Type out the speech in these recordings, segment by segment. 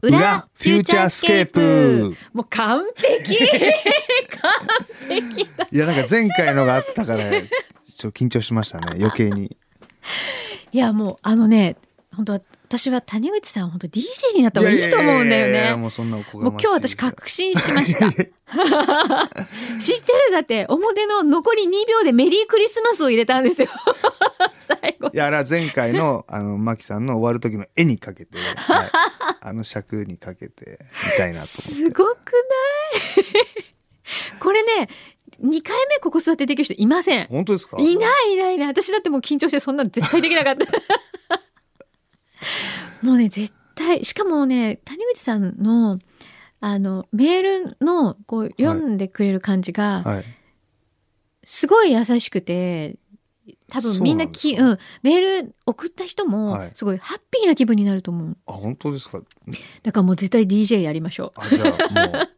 裏フューチャースケープもう完璧 完璧だいやなんか前回のがあっ たからちょっと緊張しましたね余計にいやもうあのね本当は私は谷口さん本当 DJ になった方がいいと思うんだよいやいやいやいねやもうそんなおこもがうましい今日私確信しま した。知 ってるだって表の残り2秒でメリークリスマスを入れたん ですよ。最後い。やあれは前回のあのマキさんの終わる時の絵にか けて、はいあの尺にかけてみたいなと思すごくない これね、2回目ここ座ってできる人いません。本当ですか いないいないいない。私だってもう緊張してそんなの絶対できなかった。 もうね、絶対。しかもね、谷口さんの、あの、メールの、こう、読んでくれる感じが、はいすごい優しくて、多分みんなき、そううんメール送った人もはい、すごいハッピーな気分になると思う。あ本当ですかだからもう絶対 DJ やりましょあじゃあもう。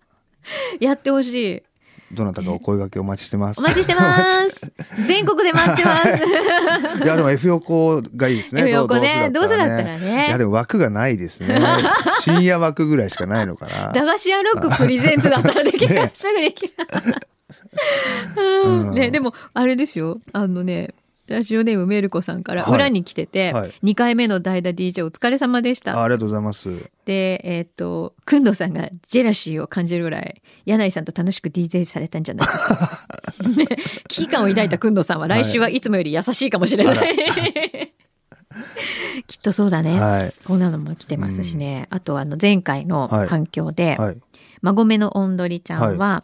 やってほしい。うどなたかお声掛けお待ちしてま すお待ちしてます。全国で待って ます。いやでも F 横がいい ですね F 横ねどうどうせだったらねいやでも枠がないで すね深夜枠ぐらいしかないのかな駄菓子屋ロックプレゼンツだったらできる。ねすぐできる。うんうんね、でも、あれですよ。あのね、ラジオネームメルコさんからはい裏に来てて、はい2回目の代打 DJ お疲れ様でしたあ。ありがとうございますで、えっ、と、くんどさんがジェラシーを感じるぐらい、柳井さんと楽しく DJ されたんじゃないかと思い ますね危機感を抱いたくんどさんは来週はいつもより優しいかもしれない。は きっとそうだね。はいこんなのも来てますしね。あと、あの、前回の反響で、はい孫目のおんどりちゃんは、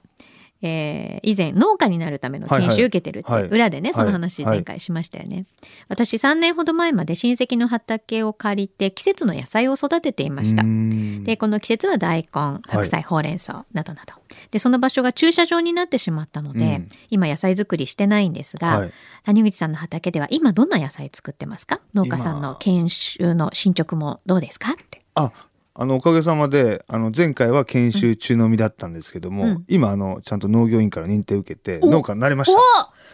えー以前農家になるための研はいは修い受けてるって、はい裏でねその話はい前回しましたよね、私3年ほど前まで親戚の畑を借りて季節の野菜を育てていましたうーんでこの季節は大根白菜、ほうれん草などなどでその場所が駐車場になってしまったので、うん今野菜作りしてないんですが、はい谷口さんの畑では今どんな野菜作ってますか農家さんの研修の進捗もどうですかってああのおかげさまであの前回は研修中の身だったんですけども、うん今あのちゃんと農業委員から認定受けてお農家になりましおた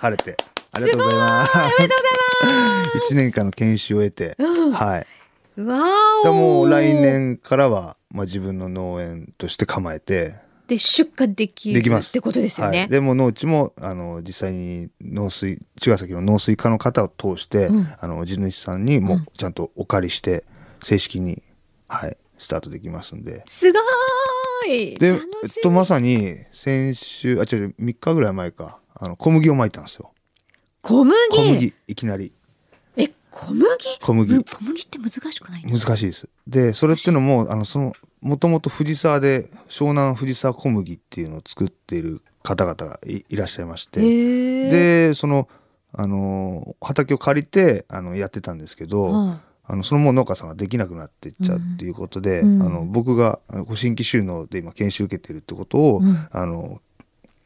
晴れてありがとうございますおめでとうございます1年間の研修を得て、はいわでーおもう来年からは、まあ、自分の農園として構えてで出荷できるできますってことですよはねい、。でも農地もあの実際に農水茅ヶ崎の農水課の方を通して、うんあの地主さんにもうちゃんとお借りして正式に、はいスタートできますんですごーいで、えっ楽しみと、まさに先週あ違う違う3日ぐらい前かあの小麦をまいたんですよ小麦小麦いきなりえ小麦小麦む小麦って難しくないの難しいですでそれってのもあのそのもともと藤沢で湘南藤沢小麦っていうのを作っている方々がいいらっしゃいまして、へーでその、あのー畑を借りてあのやってたんですけど、うんあのそのもう農家さんができなくなってっちゃうっていうことで、うんあの僕があの新規収納で今研修受けてるってことを、うんあの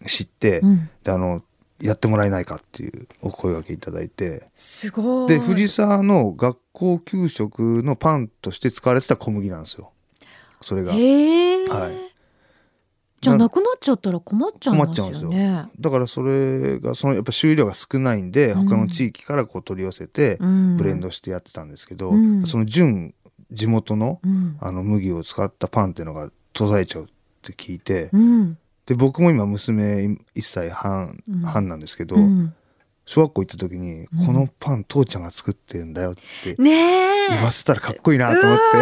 知って、うんであのやってもらえないかっていうお声がけいただいてすごいで藤沢の学校給食のパンとして使われてた小麦なんですよそれが。へえ、はいじゃあななくなっちゃったら困っちゃいますよ困っちね。だからそれがそのやっぱ収量が少ないんで、うん他の地域からこう取り寄せて、うんブレンドしてやってたんですけど、うんその純地元のうんあの麦を使ったパンっていうのが途絶えちゃうって聞いて、うんで僕も今娘1歳半、うん半なんですけど、うん小学校行った時に、このパン父ちゃんが作ってんだよってねえ言わせたらかっこいいなと思って、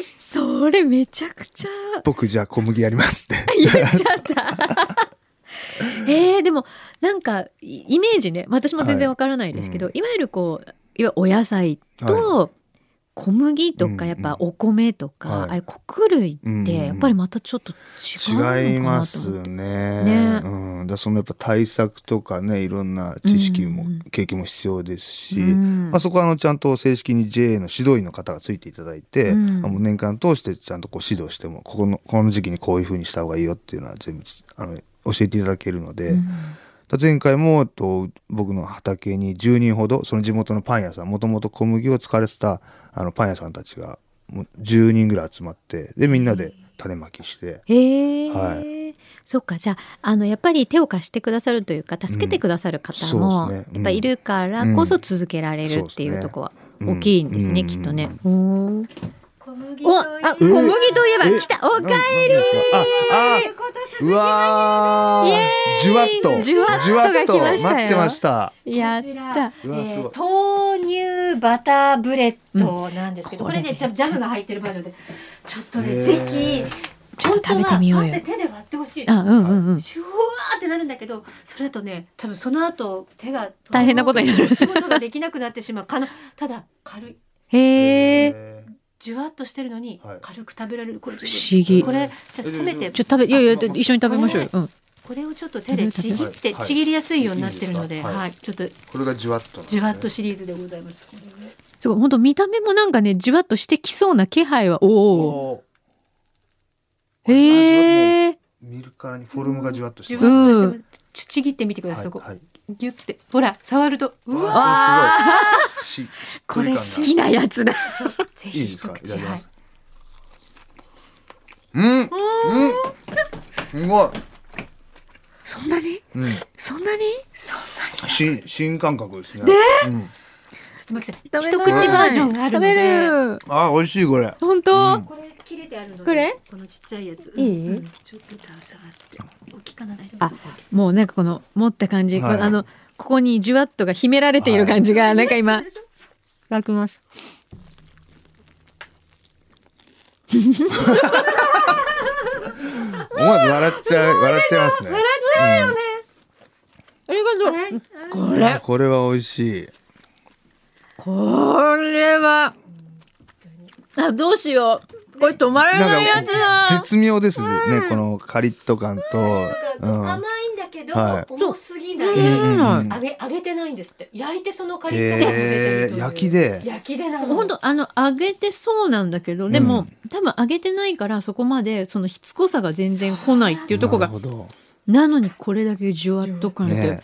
うんそれめちゃくちゃ僕じゃあ小麦やりますって。 言っちゃった。 えー、でもなんかイイメージね私も全然わからないですけど、はいわゆるこういわゆるお野菜と小麦とかうんやっぱお米とか、はいああいう穀類うっんてやっぱりまたちょっと違うのかなと思って違いますね。ねうん、だそのやっぱ対策とかねいろんな知識も、うん経験も必要ですし、うんまあ、そこはあのちゃんと正式に JA の指導員の方がついていただいて、うんあの年間通してちゃんとこう指導してもここのこの時期にこういうふうにした方がいいよっていうのは全部あの教えていただけるので、うんだ前回もえっと僕の畑に10人ほどその地元のパン屋さんもともと小麦を使われてたあのパン屋さんたちがもう10人ぐらい集まってでみんなで種まきして。へえ、はそっかじゃああのやっぱり手を貸してくださるというか助けてくださる方も、うんそうやですねうんっぱいるからこそ続けられるっていうところは大きいんですね,、うんきっとね。おー小麦お、とあ、小いうえ麦といえば、え来た、おかえり。ななんですかああことすうわイエーイーじゅわっとじゅわっとが来ましたよ待ってましたやっこちたら。うわすごい豆乳バターブレッドなんですけど、うんこれねこジれャねジャムが入ってるバージョンでちょっとね、へーぜひちょっと食べてみようよ本当は立って手で割ってほしいあ、うんうんうん。シュワーってなるんだけどそれだとね多分その後手が大変なことになる仕事ができなくなってしまうかのただ軽いへえ。えじゅわっとしてるのにはい軽く食べられるこれ不思議。これじゃあせめてちょっと食べ、いやいや、一緒に食べましょうよ。うん。これをちょっと手でちぎって、はいちぎりやすいようになってるのでいいですかはい、はちょっとこれがじゅわっとなんですじねゅわっとシリーズでございます。すごい、本当見た目もなんかね、じわっとしてきそうな気配は、おお。おーへえ。見るからにフォルムがじゅわっとしてじゅるわっとしてますちちぎってみてください、そこ、はいはいギュってほら触るとうわわあわあ、ししっとこれり感が好きなやつだ。そうぜいいひです一かいた口だきはまいすうんうんすごいそんなに。うんそんなに。そんなに新新感覚ですねうんちょっとマキさん一食べ口ないバージョンがあるので食べる。あー美味しいこれ本当。うんこれ切れてあるのでこれこのちっちゃいやついいうんちょっと触って大きいかな大丈夫あもうなんかこの持った感じ、はいこのあのここにじゅわっとが秘められている感じが、なんか今いただきます。思わず笑っちゃう笑っちゃいますね笑っちゃうよね、ありがとう。こいやれこれは美味しいこれはあどうしようこれ止まらないやなんつだか。絶妙ですねこのカリッと感となんかうん甘いんだけど、はい重すぎない、うんうんうん揚げ揚げてないんですって焼いてそのカリッと感が出てるえといーう焼きで焼きでなの本当あの揚げてそうなんだけどでも、う多分揚げてないからそこまでそのしつこさが全然来ないっていうとこがなるほどなのにこれだけじゅわっと感で、ね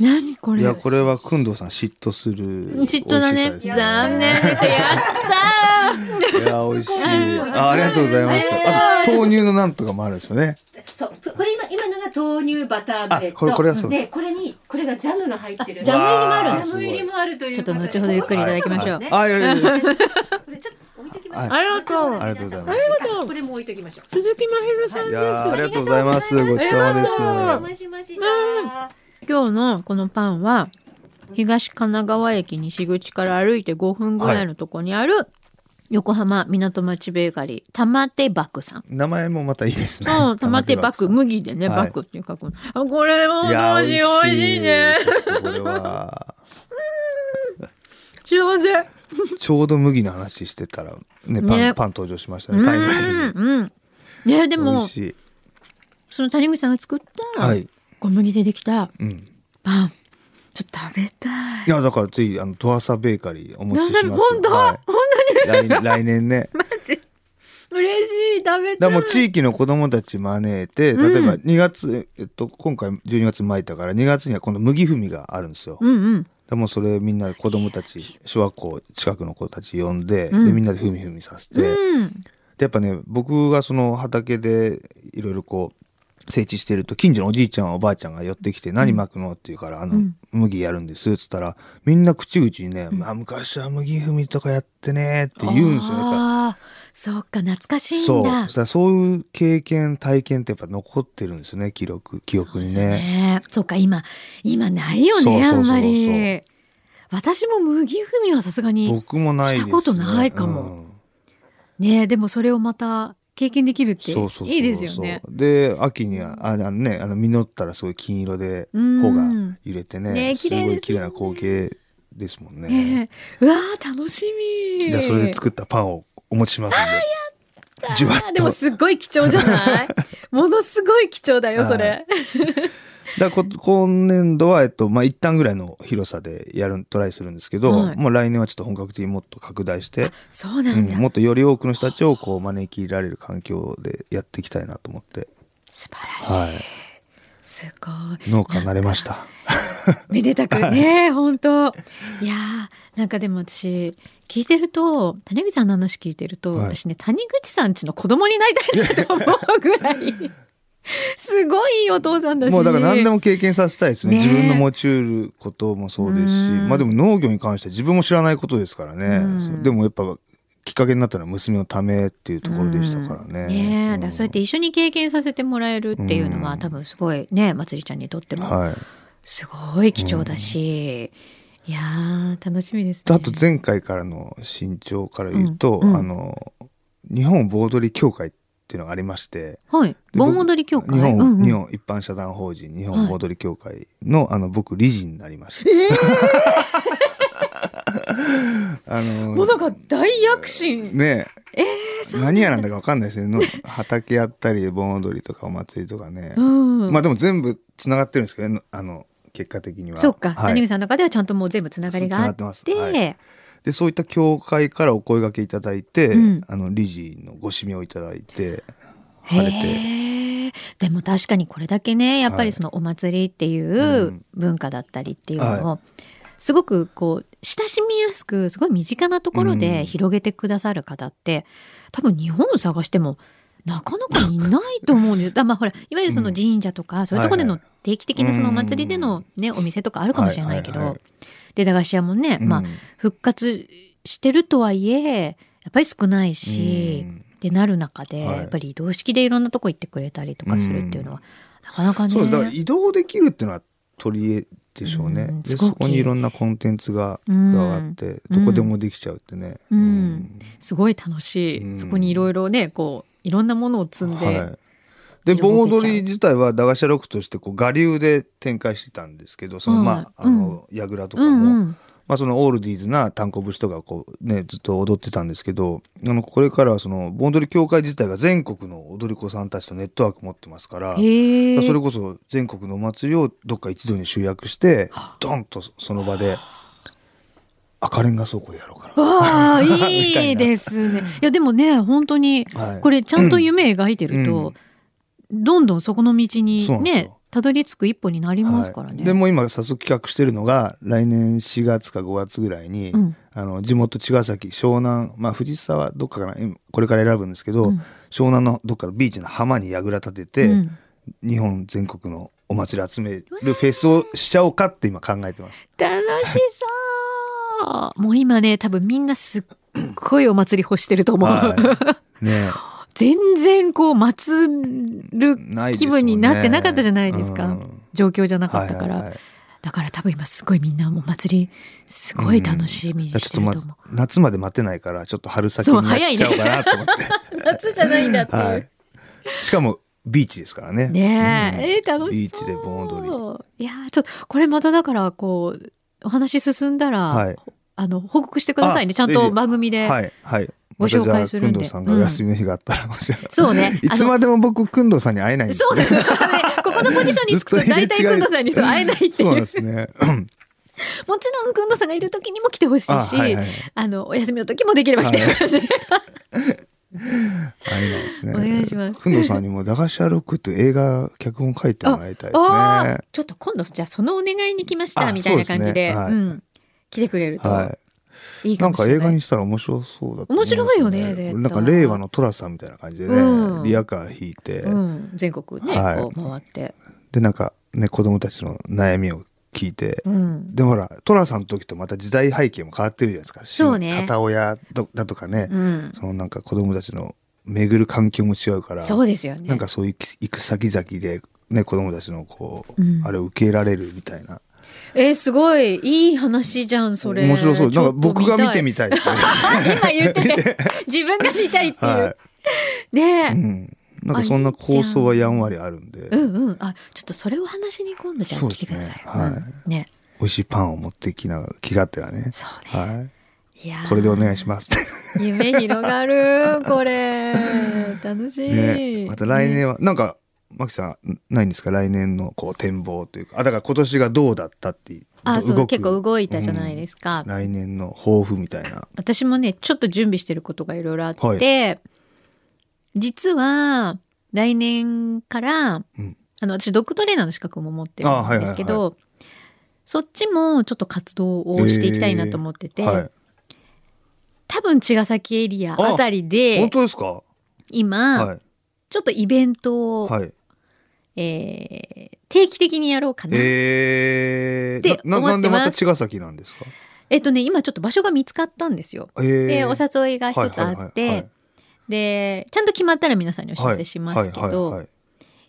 何こいれやこれはくんどさん嫉妬する嫉妬だね美味しさです残念ですやったーい や美味しいうんあありがとうございますえあ豆乳のなんとかもあるんですよねそうそこれ今今のが豆乳バターブレッドあこれこれはそうでこれにこれがジャムが入ってるあジャム入りもあるわジャあム入りもあるというちょっとことで後ほどゆっくりいただきましょうねあいやいやいやこれちょっと置いときましょうはいありがとうありがとうございあますりがとうここれも置いときましょう鈴木まひるさんいでやーあす。りがとうございますごちそうさまですありがとうマシマシだ今日のこのパンは東神奈川駅西口から歩いて5分ぐらいのとこにある横浜港町ベーカリー玉手バクさん。名前もまたいいですねそう、玉手バク、さん麦でね、はいバクっていう書くの。あ、これもいどやうしよう、美美味味しいね。ちょっとこれは幸せ。ちょうど麦の話してたらねパンねパン登場しましたうねタイムラインにん、うん。ね、で美も味、しいその谷口さんが作っはたい小麦でできたうんパン、ちょっと食べたい。いやだからぜひあのトアサベーカリーお持なちんしだますろう本よ当は本い当に 来来年ね嬉しい、食べただい。からもう地域の子供たち招いて、例えばうん2月、えっと、今回12月巻いたから、2月には今度麦踏みがあるんですよ。だかうんうん。らもうそれみんな子供たち、小学校近くの子たち呼んで、うんでみんなで踏み踏みさせて、でうん。やっぱね、僕がその畑でいろいろこう、整地してると、近所のおじいちゃんおばあちゃんが寄ってきて、何巻くのって言うから、あの、うん麦やるんです、つったら、みんな口々にね、まあ昔は麦踏みとかやってね、って言うんですよ、やっぱ。ああ、そうか、懐かしいそんうだ。だからそういう経験体験ってやっぱ残ってるんですね記録記憶そうでにすねねそうか、今、今ないよそうね、そうあそうそまうんり。私も麦踏みはさすがに。僕もないです、しね、たことないかもうんねでもそれをまた経験できるってそうそうそうそういいですよね。で秋にはああのねあの実ったらすごい金色でうん穂が揺れてねねす綺麗ですよごねい綺麗な光景ですもんねねうわー楽しみでそれで作ったパンをお持ちしますんでじゅわっあーでともだかすっごい貴重じゃ ないものすごい貴重だよそれ。らこ今年度はえっとまあ一旦ぐらいの広さでやるトライするんですけど、はいもう来年はちょっと本格的にもっと拡大してそうなうんん、だ、もっとより多くの人たちをこう招き入れられる環境でやっていきたいなと思って、素晴らしい、はい、すごい農家になれました。めでたくね本当いやーなんかでも私聞いてると谷口さんの話聞いてると、はい私ね谷口さんちの子供になりたいなと思うぐ らいすごいいいお父さんだしもうだから何でも経験させたいですね。ねえ自分の持ち得ることもそうですしう、んまあでも農業に関しては自分も知らないことですからうね。んでもやっぱきっかけになったのは娘のためっていうところでしたからうね。んねえうだんからそうやって一緒に経験させてもらえるっていうのは、うん多分すごいねまつりちゃんにとってもはい。すごい貴重だし、いやー楽しみですね。あと前回からの身長から言うと、うんうんあの日本ボードリ協会っていうのがありましてはいで盆踊り協会日本,、うんうん日本一般社団法人日本ボードリ協会の,、あの僕理事になりました。 あの もうなんか大躍進、ねええ何屋なんだか分かんないですねの 畑やったり盆踊りとかお祭りとかね、うんまあでも全部つながってるんですけどねあの結果的には。そっか、はい谷口さんの中ではちゃんともう全部つながりがあってつながってますはでそういった協会からお声掛けいただいて、うんあの理事のご指名をいただいて晴れてへえでも確かにこれだけねやっぱりそのお祭りっていううん文化だったりっていうのをすごくこう親しみやすくすごい身近なところうんで広げてくださる方って多分日本を探してもなかなかいないと思うんですよ。だからまあほらいわゆるその神社とかそういうところではのい定期的なそのお祭りでのねお店とかあるかもしれないけはいはいどはで駄菓子屋もねまあうん復活してるとはいえやっぱり少ないし。うんってなる中で、はいやっぱり移動式でいろんなとこ行ってくれたりとかするっていうのは、なかなかねそうですだから移動できるっていうのは取り柄でしょうね、うんですごくそこにいろんなコンテンツが加うんわって、どこでもできちゃうってね、うんすごい楽しい、うんそこにいろいろねこういろんなものを積んで、はいで広盆げちゃう踊り自体は駄菓子屋ロックとしてこう我流で展開してたんですけどその、はいまああの櫓とかうも、んうんまあ、そのオールディーズな炭鉱節とかこうねずっと踊ってたんですけどあのこれからはその盆踊り協会自体が全国の踊り子さんたちとネットワーク持ってますからへえそれこそ全国のお祭りをどっか一度に集約してドンとその場で赤レンガ倉庫でやろうかわあ みたいいいなですねいやでもね本当にな。はい、これれちゃんと夢描いてると、どんどんそこの道そうなにんですよねたどり着く一歩になりますからね、でもう今早速企画してるのが来年4月か5月ぐらいに、うんあの地元茅ヶ崎湘南まあ藤沢どっかかな今これから選ぶんですけど、うん湘南のどっかのビーチの浜に櫓立てて、うん日本全国のお祭り集めるフェスをしちゃおうかって今考えてます。楽しそうもう今ね多分みんなすっごいお祭り欲してると思う、はい、ね 全然こう祭るないです気もんね分になってなかったじゃないですか、うん状況じゃなかったから、はいはいはいだから多分今すごいみんなもう祭りすごい楽しみにだからちょしってとるとま思う、夏まで待てないからちょっと春先にやっちゃおうかなと思って、夏じゃないんだっはい、しかもビーチですからねねえ、えー楽しそうビーチで盆踊りいやーちょっとこれまただからこうお話進んだら、はいあの報告してくださいねあちゃんぜとひ番組で、りはいはいご紹介するんでまたじゃあ工藤さんがお休みの日があったらもし れない、そうねいつまでも僕工藤さんに会えないんですそうねですね。ここのポジションにつくと大体くんどさんにそう会えないっていそうう。なんですねもちろんくんどさんがいる時にも来てほし いし、あ,、あはいはいのお休みの時もできれば来てほしい。あれなんですね。お願いしますくんどさんにも駄菓子屋ロックって映画脚本書いてもらいたいですね。あはあ、ちょっと今度じゃあそのお願いに来ましあたみたいな感じで、そうですねはいうん来てくれるといいい。かなんもしかれない。映画にしたら面白そうだと思うんです面白いよね絶対なんか令和の寅さんみたいな感じでね、うんリアカー引いて、うん、全国ね、はいこう回って、でなんかね子供たちの悩みを聞いて。うん、でもほら寅さんの時とまた時代背景も変わってるじゃないですか。そうね片親どだとかね、うん、そのなんか子供たちの巡る環境も違うから。そうですよね。なんかそういう行く先々で、ね、子供たちのこう、うんあれを受け入れられるみたいな。えーすごいいい話じゃんそれ。面白そう。なんか僕が見てみ。みたいです ね。今言って て自分が見たいっていう、はねえい。うん。なんかそんな構想はやんわりあるんで、うんうん。あ、ちょっとそれを話に今度じゃあそう来でてすねください。はいうんね。美味しいパンを持ってきながら、気がてらね。そうね。、はいやい。ーこれでお願いします。夢広がる、これ。 楽しい。ね。また来ね年は、なんか、マキさん、ないんですか来年のこう展望というか。あ、だから今年がどうだったっていう。あ、そ動う、く結構動いたじゃないですか。うん来年の抱負みたいな。私もね、ちょっと準備してることがいろいろあって、は実は、来年から、うんあの、私、ドッグトレーナーの資格も持ってるあはいんはいではいすけど、そっちもちょっと活動をしていきたいなと思ってて、は多分茅ヶ崎エリアあたりい。で本当ですか今、はい。ちょっとイベントを、はい。えー定期的にやろうかな。っええー、てなな思なっんてでますまた茅ヶ崎なんですかえっとね今ちょっと場所が見つかったんですよ。えーでお誘いが一つあって、はいはいはいはいでちゃんと決まったら皆さんにお知らせしますけど、はいはいはいはい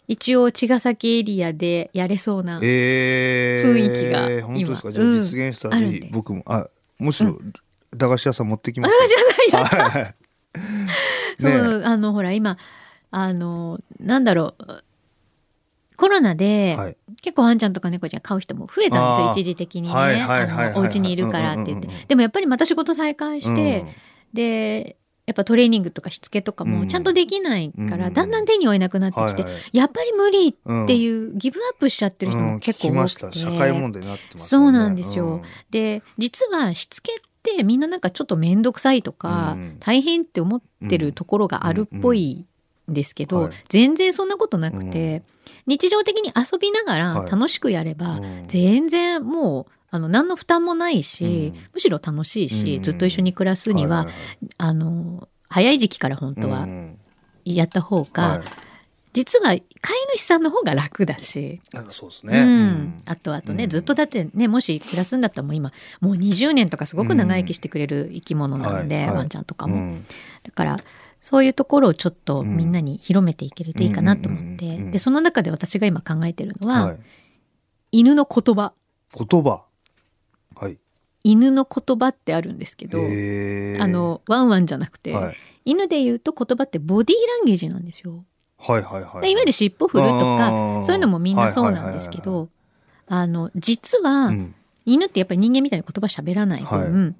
一応茅ヶ崎エリアでやれそう な、えー、雰囲気が今本当ですかじゃあうん実現したらぜあるんひで僕もあむしろ駄菓子屋さん持ってきまあす駄菓子屋さんやはいはいはいそう、ねあのほら今あのなんだろうコロナで、はい結構ワンちゃんとか猫ちゃん飼う人も増えたんですよあー一時的にね、はいはいはいはいあのお家にいるからって言って、うんうんうんうんでもやっぱりまた仕事再開して、でやっぱトレーニングとかしつけとかうもんちゃんとできないから、うんだんだん手に負えなくなってきて、はいはいやっぱり無理ってういう、ギブアップしちゃってる人も結構うん聞き多まく、してた社会問題になってますそもうんねなんですようんで実はしつけってみんななんかちょっと面倒くさいとか、うん大変って思ってるところがあるっぽいんですけど、うんうんはい全然そんなことなくて、日常的に遊びながらはい楽しくやれば、うん全然もうあの何の負担もないし、うんむしろ楽しいし、うんずっと一緒に暮らすには、いいあの早い時期から本い当はうんやった方が、はい実は飼い主さんの方が楽だし、なんかそうですうねん、あとあとね、うんずっとだってねもし暮らすんだったらもう今もう20年とかすごく長生きしてくれる生き物なんで、うんはいはいワンちゃんとかうんも、うんだからそういうところをちょっとうんみんなに広めていけるといいかなと思って、うんうんうんうんでその中で私が今考えてるのは、はい犬の言葉言葉はい犬の言葉ってあるんですけど、えーあのワンワンじゃなくて、はい犬で言うと言葉ってボディーランゲージなんですよ。はいはいはいでいわゆる尻尾振るとあーかそういうのもみんなそうなんですけはどあの実は、うん犬ってやっぱり人間みたいに言葉喋らない分、は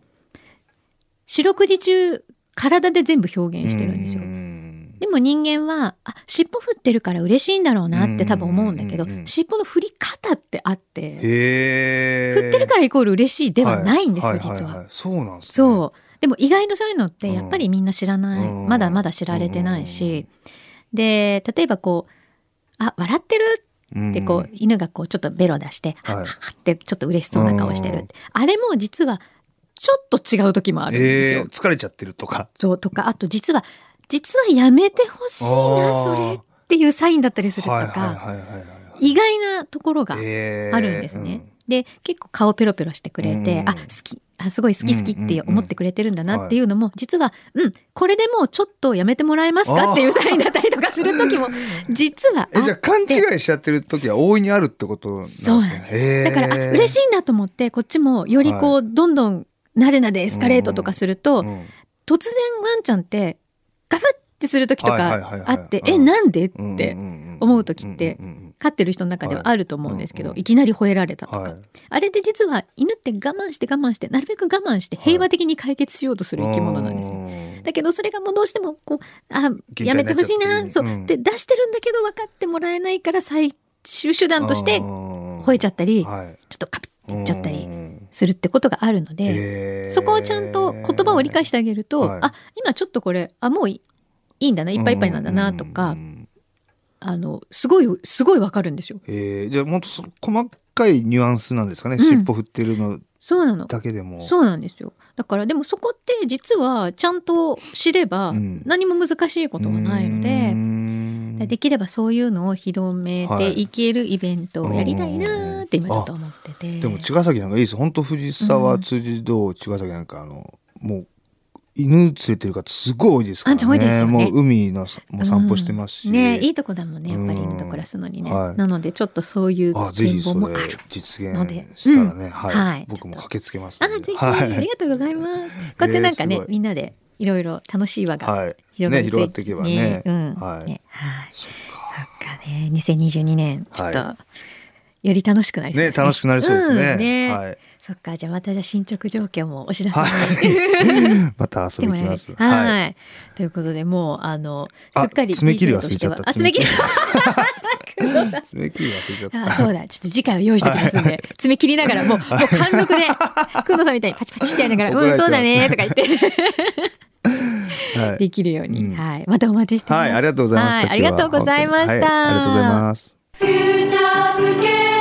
四六時中体で全部表現してるんですよ。うんでも人間はあ尻尾振ってるから嬉しいんだろうなって多分思うんだけど、うんうんうんうん尻尾の振り方ってあってへー振ってるからイコール嬉しいではないんですよ、は実は。いいいいそうなんですねそうでも意外とそういうのってやっぱりみんな知らない、うんまだまだ知られてないし、で例えばこう「あ笑ってる」うんでこう、犬がこうちょっとベロ出して「はいはっはっは」ってちょっと嬉しそうな顔してるってあれも実はちょっと違う時もあるんですえよー。疲れちゃってるとかそうとかあと実は実はやめてほしいあなーそれっていうサインだったりするとか、はいはいはいはいはい意外なところがえーあるんですね。で結構顔ペロペロしてくれて、うんあ好きあすごい好き好きって思ってくれてるんだうんうんうんなっていうのも、実はうんこれでもうちょっとやめてもらえますあーかっていうサインだったりとかする時も実はうんえじゃああ勘違いしちゃってる時は大いにあるってことなんですそうなんねへーだからあ嬉しいんだと思ってこっちもよりこう、どんどんなでなでエスカレートとかすると、うん突然ワンちゃんってガフってする時とはいはいはいかはあいって「うんえなんで?」っうんうんてんん思う時ってうんうんうん飼ってる人の中ではあると思うんですけど、はいい、きなり吠えられたとか、はいあれって実は犬って我慢して我慢してなるべく我慢して平和的に解決しようとする生き物なんですよ。うんだけどそれがもうどうしてもこうあ限界やめてほしいなになっちゃそってううんで出してるんだけど分かってもらえないから最終手段として吠えちゃったり、はいちょっとカピッていっちゃったりうんするってことがあるので。へーそこをちゃんと言葉を理解してあげると、はいあ今ちょっとこれあもういいいいんだないっぱいいっぱいなんだなとか、うんうんうんあのすごいすごいわかるんですよ。えー、じゃあもっとその細かいニュアンスなんですかね、うん尻尾振ってるのそうなの。だけでもそうなんですよ。だからでもそこって実はちゃんと知ればうん何も難しいことがないので、のできればそういうのを広めていけるイベントをやりたいなーって今ちょっと思ってて。でも茅ヶ崎なんかいいです本当藤沢辻堂、茅ヶ崎なんかあのもう犬連れてる方すごい多いですからあんちゃん多いですよねもう海のさもう散歩してますし、うんねいいとこだもんねやっぱり犬と暮らすのにね、うんはいなのでちょっとそういうあぜ展ひそ望もあれる実現のでしたらね、うんはい、はい僕も駆けつけますあ、んでぜひ、はありい、がとうございます。こうやってなんかえーねすご、いみんなでいろいろ楽しい輪がはい、広がるね広がっとていいいでけばすねね、うん、はい、ね、はい。そっそかっかね、2022年、ちょっと、はより楽しくなりそうねですね。楽しくなりそうですね,、んねはい、そっか、じゃあまたじゃあ進捗状況もお知らせ また遊にびもらえに来まるすはい、ということで、もう、あの、すっかりあ爪切り DJ 忘とれしちてゃっは、たあ爪切り 爪切り忘れちゃったあそうだちょっと次回を用意してきますんで、爪切りながらもうもう貫禄 で久野さんみたいにパチパチってやりながら「怒らうんれちゃそううだね」とか言ってはいできるように、うんはい、またお待ちしてます。はい、ありがとうございました。はいありがとうございました。はいありがとうございます。フューチャースケープ